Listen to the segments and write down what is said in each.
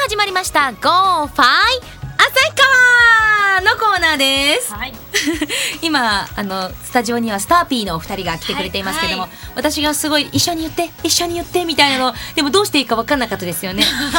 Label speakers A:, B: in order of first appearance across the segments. A: アゴーファイ旭川のコーナーです、
B: はい。
A: 今あのスタジオにはスターピーのお二人が来てくれていますけども、
B: はい
A: 私がすごい一緒に言って一緒に言ってみたいなのでもどうしていいか分かんなかったです よね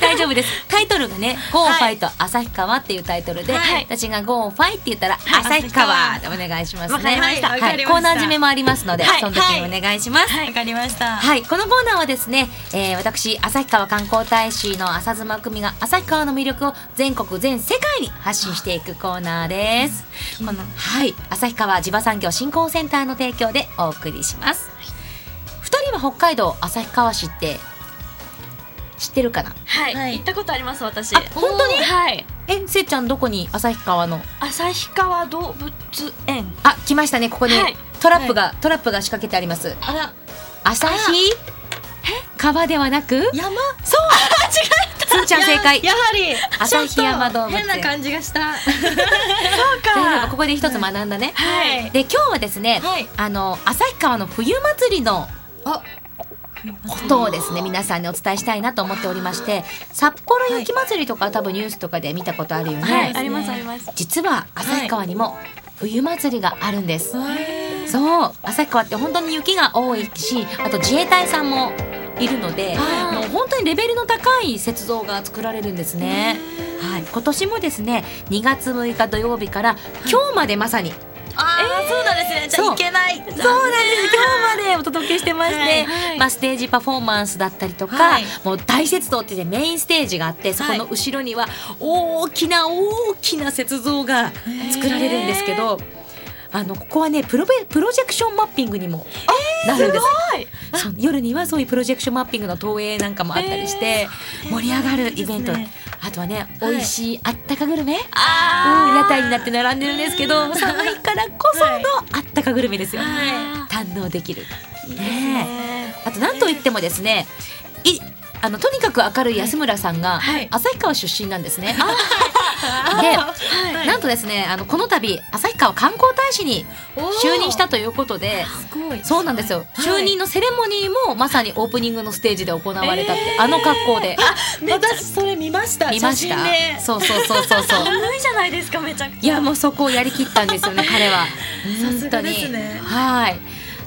A: 大丈夫ですタイトルがね「ゴーファイと旭川」っていうタイトルで、
B: はい
A: 私が「ゴーファイって言ったら「
B: はい
A: 旭川」でお願いします
B: わ
A: ね
B: かりました
A: はい
B: わかりました
A: コーナー締めもありますので、
B: はい
A: その時にお願いします、
B: はい。わかりました。
A: はい、このコーナーはですね、えー私旭川観光大使の浅妻久美が旭川の魅力を全国全世界に発信していくコーナーです。このはい、旭川地場産業振興センターの提供でお送りします。二人は北海道旭川市って知ってるかな？
B: はい。
C: はい
B: 行ったことあります私。
A: あ本当に
B: はい。
A: え、せいちゃんどこに旭川の？
B: 旭川動物園。
A: あ、来ましたねここに、
B: はい
A: トラップが、トラップが仕掛けてあります。
C: あら
A: 旭川ではなく、
C: 山
A: つーちゃん正解。
C: やはり
A: 旭山動物園
C: ちょっと変な感じがした
B: そう
A: 大丈夫こ
B: か。
A: こで一つ学んだね。
B: はい。
A: で今日はですね、
C: はい
A: あの旭川の冬祭りの
C: あ
A: ことをですね皆さんにお伝えしたいなと思っておりまして札幌雪祭りとかは多分ニュースとかで見たことあるよね、
B: は
C: そうです
B: い。
C: ね
B: ありますあります。
A: 実は旭川にも冬祭りがあるんです、
C: へー
A: そう旭川って本当に雪が多いしあと自衛隊さんもいるので
C: あー
A: もう本当にレベルの高い雪像が作られるんですね、はい、今年もですね2月6日土曜日から今日までまさに
C: あーそうなんですねじゃあ
A: そう
C: 行けない
A: そうなんです今日までお届けしてまして、
C: はいはい
A: まあ、ステージパフォーマンスだったりとか、
C: はい
A: もう大雪像って言ってメインステージがあってそこの後ろには大きな大きな雪像が作られるんですけど。あのここはねプロベプロジェクションマッピングにもなるんです,そう、夜にはそういうプロジェクションマッピングの投影なんかもあったりして盛り上がるイベント、
C: いいですね
A: あとはね
C: はい
A: 美味しいあったかグルメ、
C: あ
A: うん、屋台になって並んでるんですけど寒いからこそのあったかグルメですよ、
C: は
A: 堪能できる
C: いいです
A: ね
C: ね
A: あと何といってもですねいあのとにかく明るい安村さんが
C: はい
A: 旭川出身なんですね。
C: は
A: で
C: い
A: なんとですねあのこの度旭川観光大使に
C: おー
A: 就任したということです
C: ごい
A: そうなんですよ、
C: は
A: 就
C: い
A: 任のセレモニーもまさにオープニングのステージで行われたって、あの格好で
C: 私それ見ました
A: 見ま
C: 写
A: した、
C: 真で
A: そうそうそうそうそう
B: 寒いじゃないですかめちゃく
A: い
B: ちゃ。
A: やもうそこをやりきったんですよ ね彼は
C: さすがですね
A: はい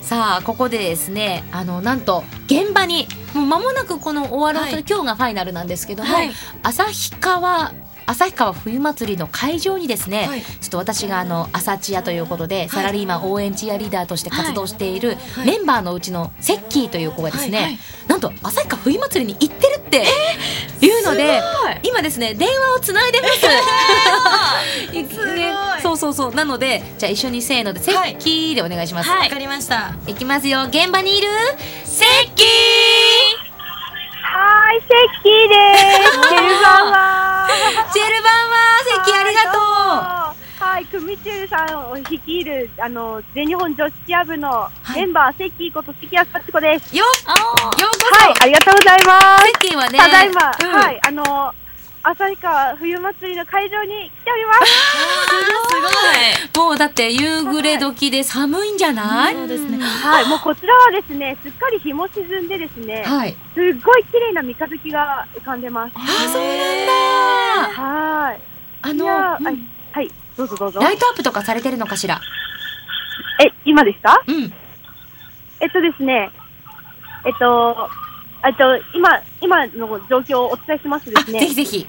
A: さあここでですねあのなんと現場にもう間もなくこの終わろうと、
C: はい
A: 今日がファイナルなんですけども、
C: はい
A: 旭川旭川冬祭りの会場にですね、
C: はい
A: ちょっと私があの朝チアということで、サラリーマン応援チアリーダーとして活動している
C: はい
A: メンバーのうちのセッキーという子がですね、
C: はいはい
A: なんと旭川冬祭りに行ってるっていうので、今ですね電話をつないでます。 い
C: すごい
A: ねそうそうそうなのでじゃあ一緒にせーので「セ
C: はい
A: ッキー」でお願いします、
C: はいわかりました
A: い、きますよ現場にいるセッキー
D: はーい、セッキーです。チェルさんは。
A: ジェルバンはセッキーありがと
D: とう。はい、組みチェルさんを率いる、あの、全日本女子チア部のメンバー、セッキーこと関谷幸子です。
A: うよっようこそ、
D: はい、ありがとうございま
A: セ
D: す。
A: ッキーはね
D: ただいま、
A: うん
D: はい、あの、旭川冬祭りの会場に来ております。
A: もうだって夕暮れ時で寒いんじゃない、
C: そうですね
D: はい、もうこちらはですね、すっかり日も沈んでですね、
A: はい
D: すっごい綺麗な三日月が浮かんでます。
A: あそうなんだ
D: はい。
A: あ
D: いや
A: の、
D: ー、はいはい、どうぞどうぞ。
A: ライトアップとかされてるのかしら
D: え、今ですか
A: うん
D: えっとですね、えっと、えっと、今、今の状況をお伝えしますとで
A: あ
D: すね。
A: ぜひぜひ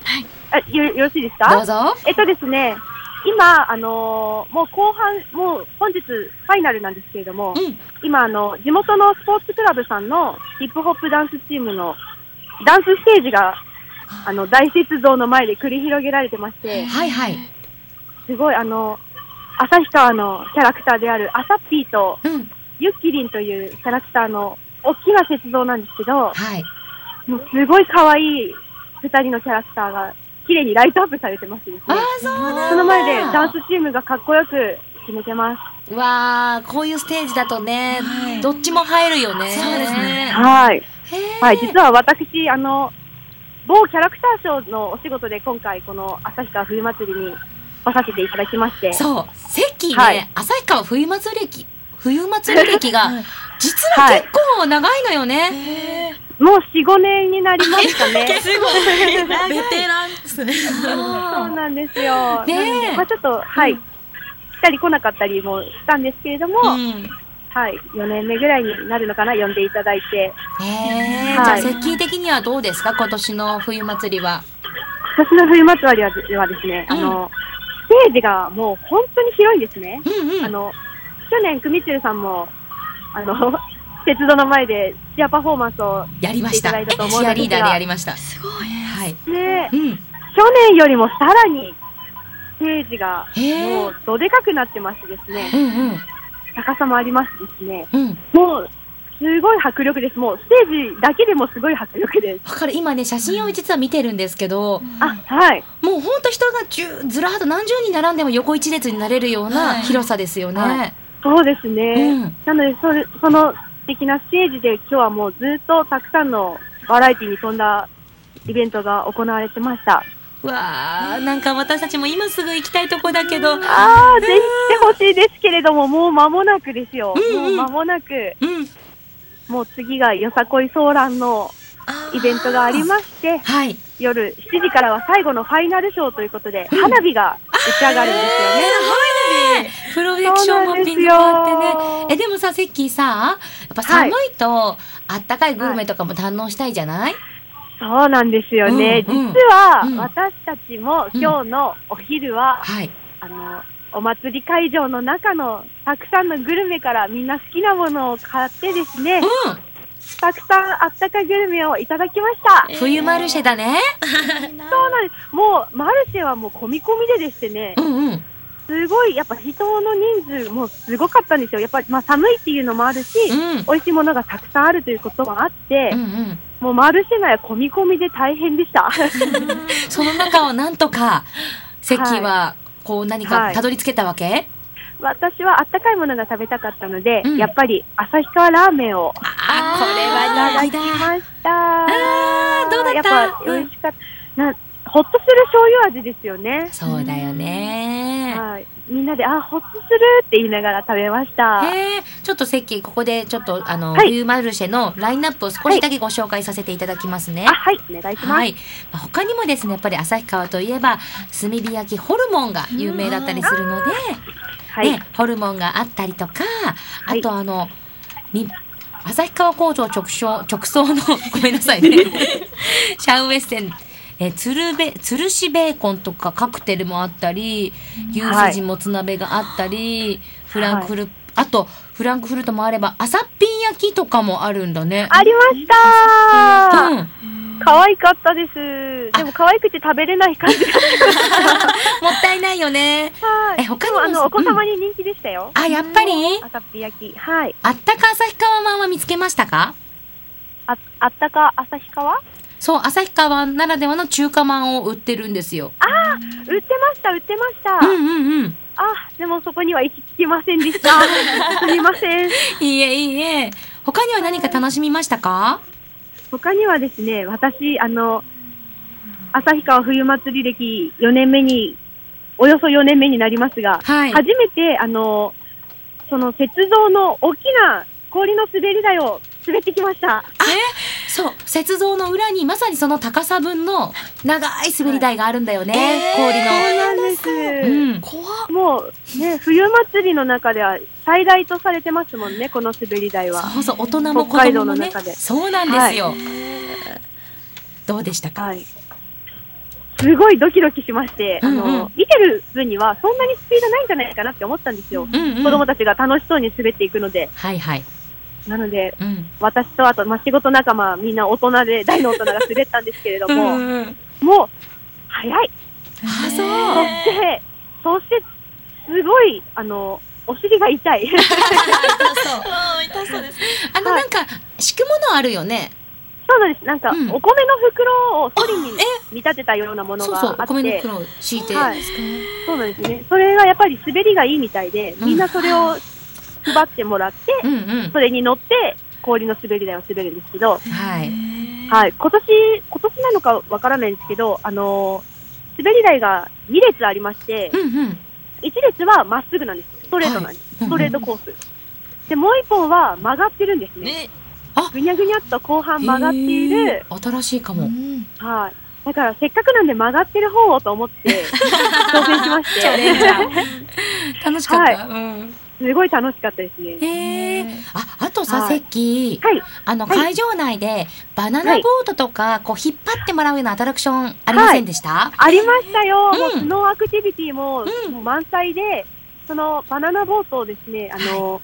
D: あよよろしいです
A: どう
D: か
A: ぞ
D: えっとですね、今、あのーもう後半、もう本日ファイナルなんですけれども、
A: うん
D: 今、あの、地元のスポーツクラブさんのヒップホップダンスチームのダンスステージが、あの、大雪像の前で繰り広げられてまして、
A: はいはい
D: すごい、あの、旭川のキャラクターであるアサッピーと、
A: うん
D: ユッキリンというキャラクターの大きな雪像なんですけど、
A: はい
D: もうすごい可愛い二人のキャラクターが綺麗にライトアップされてますです
A: あ
D: ね。
A: ーそうなんだ
D: その前でダンスチームがかっこよく決めてます。
A: わあこういうステージだとね、
C: はい
A: どっちも入るよね。
C: そうですね
D: はい。
A: へー
D: はい、実は私、あの、某キャラクターショーのお仕事で今回この旭川冬祭りに来させていただきまして、
A: そう、関ね、
D: はい
A: 旭川冬祭り歴、冬祭り歴が、
C: はい
A: 実は結構長いのよね。
D: もう4、5年になりますか ね。
B: すごい。長い
C: ベテランですね。
D: そうなんですよ。
A: ねえ
D: なのでまあちょっと、はい、来たり来なかったりもしたんですけれども、
A: うん
D: はい、4年目ぐらいになるのかな、呼んでいただいて。
A: えー、
D: はい
A: じゃあ、石器的にはどうですか今年の冬祭りは。
D: 私の冬まつわりははですね、
A: うん
D: あの、ステージがもう本当に広いんですね。
A: うんうん。
D: あの、去年、くみちるさんも、あの、 鉄道の前でチアパフォーマンスを
A: やりました。
D: いただいたと思うん
A: チア
D: ですが
A: リーダーでやりました。
B: すごい。
A: はい。
D: ね
A: うん。
D: 去年よりもさらにステージが
A: へえ
D: もうどでかくなってましてですね、
A: うんうん。
D: 高さもありますしですね、
A: うん。
D: もうすごい迫力です。もうステージだけでもすごい迫力で
A: だ
D: す。
A: から今ね、写真を実は見てるんですけど、
D: あ、はい。
A: もうほんと人がじゅずらーっと何十人並んでも横一列になれるよう
C: は
A: ない広さですよね。
D: はそうですね。
A: うん
D: なのでそれ、その素敵なステージで今日はもうずっとたくさんのバラエティに富んだイベントが行われてました。
A: わあ、なんか私たちも今すぐ行きたいとこだけど、うん、
D: ああ、ぜひ来てほしいですけれども、もう間もなくですよ。
A: うんうん
D: もう間もなく、もう次がよさこいソーランのイベントがありまして、
A: はい。
D: 夜7時からは最後のファイナルショーということで、花火が打ち上がるんですよね。
A: プロジェクションマッピングも
D: そう
A: あ
D: な
A: ってね。
D: ん
A: え、
D: ですよ
A: でもさ、セッキーさ、やっぱ寒いと、あったかいグルメとかも堪能したいじゃない、
D: そうなんですよね。
A: うんうん
D: 実は、
A: うん
D: 私たちも今日のお昼は、
A: はい。
D: あの、お祭り会場の中のたくさんのグルメからみんな好きなものを買ってですね、
A: う
D: たくさんあったかグルメをいただきました。
A: ん。冬マルシェだね。
D: そうなんです。もう、マルシェはもう込み込みででしてね
A: う、んうん。
D: すごい、やっぱ人の人数もすごかったんですよ。やっぱり、まあ寒いっていうのもあるし、
A: うん。
D: 美味しいものがたくさんあるということもあって、
A: うんうん。
D: もうマルシェ内は込み込みで大変 でした。
A: その中をなんとか、セッキーは、こう何か
D: はい
A: たどり着けたわけ、
D: 私はあったかいものが食べたかったので、
A: うん
D: やっぱり旭川ラーメンをい
A: あー、これ
D: た
A: は
D: だ
A: 人
D: き
A: 気だ。
D: ました。
A: あーどうだった
D: やっぱ美味しかった。なほっとする醤油味ですよね。
A: そうだよね。
D: はい。みんなで、あ、ほっとするって言いながら食べました。
A: へえ、ちょっとセッキー、ここでちょっと、あの、
D: はい
A: 冬マルシェのラインナップを少しだけご紹介させていただきますね。
D: あ、はい、お願いします。
A: はい、まあ、他にもですねやっぱり旭川といえば炭火焼きホルモンが有名だったりするので、
D: はい。
A: ね、ホルモンがあったりとかあ
D: はい
A: とあの、に旭川工場直送直送の ごめんなさい ねシャウエッセンえー鶴べ鶴しベーコンとかカクテルもあったり牛すじもつ鍋があったり、フランクフル、あとフランクフルトもあれば朝っぴん焼きとかもあるんだね。
D: ありました
A: うん
D: 可愛かったです。でも可愛くて食べれない感じがし
A: もったいないよね。
D: た。はい
A: え他にも
D: であ
A: うん
D: の、お子様に人気でしたよ。
A: あ、やっぱり
D: あたっぴ焼き。はい。
A: あったか旭川まんは見つけましたか
D: あ、あったか旭川
A: そう、旭川ならではの中華まんを売ってるんですよ。
D: 売ってました、売ってました。
A: うんうんうん。
D: あ、でもそこには行き着きません でした。すみません。
A: いいえ、いいえ。他には何か楽しみましたか
D: 他にはですね、私、あの、旭川冬祭り歴4年目に、およそ4年目になりますが、
A: はい。
D: 初めて、あの、その雪像の大きな氷の滑り台を滑ってきました。
A: そう、雪像の裏にまさにその高さ分の長い滑り台があるんだよね。
D: そう
A: 氷
D: なんです。
A: の。うん。
B: 怖っ。
D: もう、ね、冬祭りの中では最大とされてますもんね、この滑り台は。
A: そうそう、大人も子
D: 北海道
A: 供も
D: の
A: ね
D: 中。で
A: そうなんですよ。どうでしたか
D: はい。すごいドキドキしまして、あの、
A: うんうん
D: 見てる分にはそんなにスピードないんじゃないかなって思ったんですよ。
A: うんうん。
D: 子供たちが楽しそうに滑っていくので、
A: はいはい。
D: なので、
A: うん。
D: 私とあと、まあ、仕事仲間、みんな大人で、大の大人が滑ったんですけれども、
A: んん。
D: もう、早い。
A: あ、そう。
D: で、そして、すごい、あの、お尻が 痛い。
B: ああ、痛そうです。
A: あの、
D: は
A: なんか、敷くものあるよね。
D: そうなんです。なんか、
A: うん
D: お米の袋をソリに見立てたようなもの
A: そう
D: が
A: そう、
D: あ
A: お
D: って、そう
A: 米の袋を敷いて。
D: はいなんですね。それがやっぱり滑りがいいみたいで、みんなそれを配ってもらって、
A: うんうん。
D: それに乗って、氷の滑り台を滑るんですけ
A: は
D: ど、
A: い。
D: はい、今年、今年なのかわからないんですけど、あのー滑り台が2列ありまして、
A: うんうん。
D: 1列はまっすぐなんです。ストレートなんです。ストレートコース。で、もう1本は曲がってるんですね。
B: ね。
A: あ
D: ぐにゃぐにゃっと後半曲がってい
A: へ
D: る、
A: ー新しいか
C: う
A: も。
C: ん
D: はい。だからせっかくなんで曲がってる方をと思って、 挑戦しまし
A: チャレンジ
D: て、
A: ャー。楽しかった。うん
D: すごい楽しかったですね。
A: へえ。あ、あとさ、
D: は
A: セ
D: い
A: ッキー。
D: はい。
A: あの、
D: はい
A: 会場内で、バナナボートとか、こう、引っ張ってもらうようなアトラクションありませんでした
D: ありましたよ。
A: うん
D: もうスノーアクティビティも,、
A: うん
D: もう満載で、そのバナナボートをですね、あの、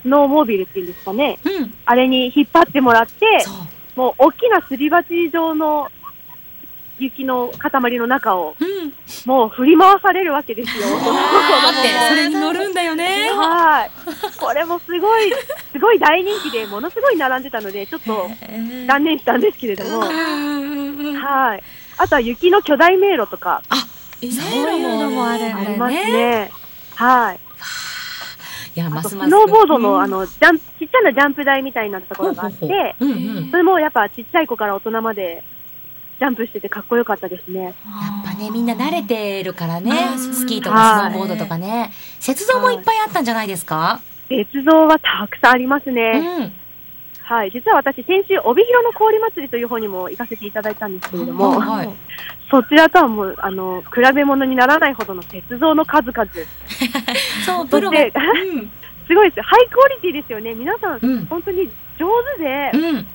D: スノーモービルっていうんですかね、
A: うん。
D: あれに引っ張ってもらって、
A: そう。
D: もう大きなすり鉢状の雪の塊の中を、
A: うん。
D: もう振り回されるわけですよ。
A: あーっ
C: 子供
A: て、
C: も
A: それに乗るんだよね。
D: はい。これもすごい、すごい大人気で、ものすごい並んでたので、ちょっと断念したんですけれども、
A: うんうんうんうん
D: はい。あとは雪の巨大迷路とか
A: そういうのもあるんだ
D: あり
A: よ
D: ます
A: ね。
D: ね。はい。
A: いや、
D: あ
A: ま
D: と
A: す
D: ス
A: ます。
D: ノーボードの、
A: うん
D: あ、の、ジャンプ、ちっちゃなジャンプ台みたいなところがあって、
A: ほうほうほううんうん。
D: それもやっぱちっちゃい子から大人までジャンプしててかっこよかったですね。
A: やっぱね、みんな慣れてるからね
C: う、ん
A: スキーとかスノーボードとかね。雪像もいっぱいあったんじゃないですか
D: 雪像はたくさんあります
A: う
D: ね。
A: ん。
D: はい。実は私、先週、帯広の氷祭りという方にも行かせていただいたんですけれども、
A: はいはい
D: そちらとはもう、あの、比べ物にならないほどの雪像の数々。
A: そう、プ
D: そ
A: ロ
D: し
A: が。
D: て、 すごいです。ハイクオリティですよね。皆さん、
A: うん。
D: 本当に上手で、
A: うん。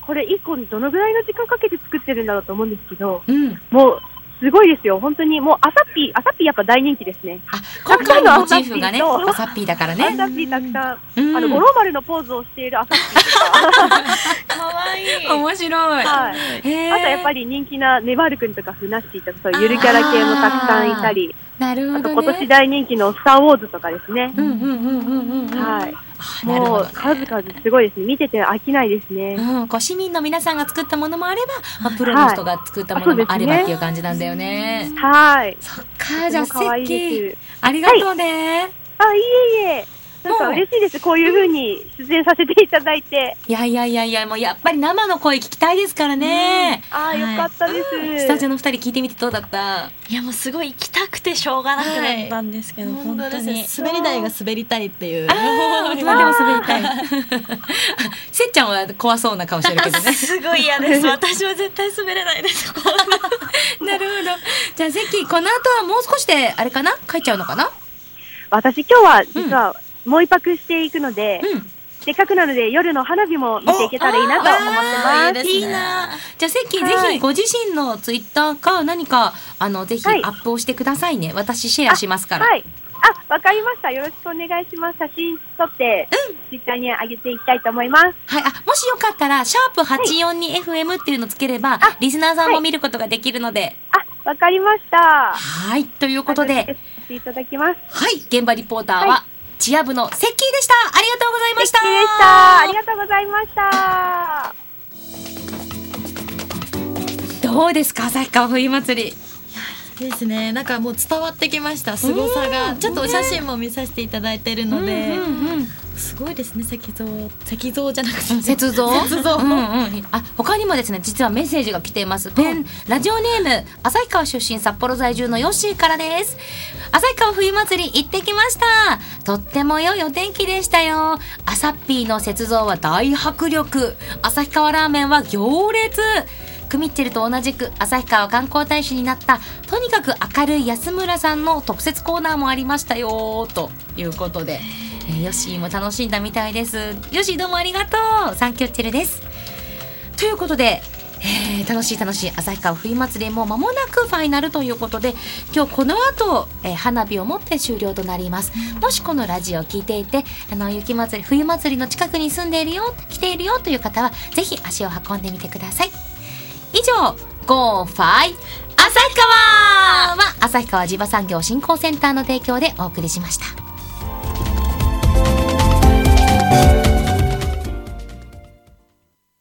D: これ1個にどのぐらいの時間かけて作ってるんだろうと思うんですけど、
A: うん。
D: もう、すごいですよ。本当に、もう、アサッピー、アサッピーやっぱ大人気ですね。
A: あ、今回のモチーフがね、アサッピーだから
D: ア
A: ね。
D: サッピーたくさん、
A: うん
D: あの、五郎丸のポーズをしているアサッピーとか、
B: 可 愛いい。
A: 面白い。
D: はい。
A: へー
D: あとやっぱり人気なネバール君とかフナッシーとかそういうゆるキャラ系もたくさんいたり、
A: なる
D: あ
A: ほ
D: と
A: ど
D: 今年
A: ね。
D: 大人気のスターウォーズとかですね。
A: うんうんうんうんうんうん。
D: はい。
A: あなるほ
D: も
A: ど
D: う
A: ね
D: 数々すごいですね。見てて飽きないですね。
A: うん、こう市民の皆さんが作ったものもあれば、まあ、プロの人が作ったものもあれ
D: は
A: ば
D: い
A: っていう感じなんだよね。
D: はい。
A: そっか、じゃあ、
D: とても可愛い
A: セッキー
D: です。
A: ありがとうね。
D: あ、いえいえ。なんか嬉しいです。こういう風に出演させていただいて。
A: い、やいやいやいや、もうやっぱり生の声聞きたいですからね。
D: あー、よかったです。
A: スタジオの二人聞いてみてどうだった
B: いやもうすごい行きたくてしょうがなくなったんですけど、本当に。
C: 滑り台が滑りたいっていう。
A: 大人でも滑りた い。せっちゃんは怖そうな顔してるけど ね。
B: すごい嫌 です。私は絶対滑れないです。こんな
A: なるほど。じゃあ、セッキー、この後はもう少しで、あれかな帰っちゃうのかな
D: 私今日は実はもう一泊していくので、
A: うん。
D: せっかくなので夜の花火も見ていけたらいいなと思ってます。
C: いいな。
A: じゃあ、セッキー、
D: はい
A: ぜひご自身のツイッターか何か、あの、ぜひア
D: はい
A: ップをしてくださいね。私シェアしますから。
D: はい。あ、わかりました。よろしくお願いします。写真撮って、ツイッターに上げていきたいと思います。
A: はい、あもしよかったら、シャープ84に FM っていうのつければ、リスナーさんも見ることができるので。
D: あ、わかりました。
A: はい、ということで、
D: 後していただきます。
A: はい、現場リポーターは、
D: は
A: チア部のセッキーでした。ありがとうございました。
D: 素敵でした。ありがとうございました。
A: どうですか、旭川冬祭り。
C: ですねなんかもう伝わってきました凄さがちょっとお写真も見させていただいてるので、
A: うんうんうん
C: すごいですね石像石像じゃなくて
A: 雪像
C: 雪像
A: うんうん、あ他にもですね実はメッセージが来ていますペン、ラジオネーム旭川出身札幌在住のヨッシーからです旭川冬祭り行ってきましたとっても良いお天気でしたよアサッピーの雪像は大迫力旭川ラーメンは行列クミッチェルと同じく旭川観光大使になったとにかく明るい安村さんの特設コーナーもありましたよということで、えーヨッシーも楽しんだみたいですヨッシーどうもありがとうサンキュッチェルですということで、えー楽しい楽しい旭川冬祭りも間もなくファイナルということで今日この後、えー花火をもって終了となりますもしこのラジオを聞いていてあの雪祭り冬祭りの近くに住んでいるよ来ているよという方はぜひ足を運んでみてください以上「ゴーファイ旭川」は旭川地場産業振興センターの提供でお送りしました。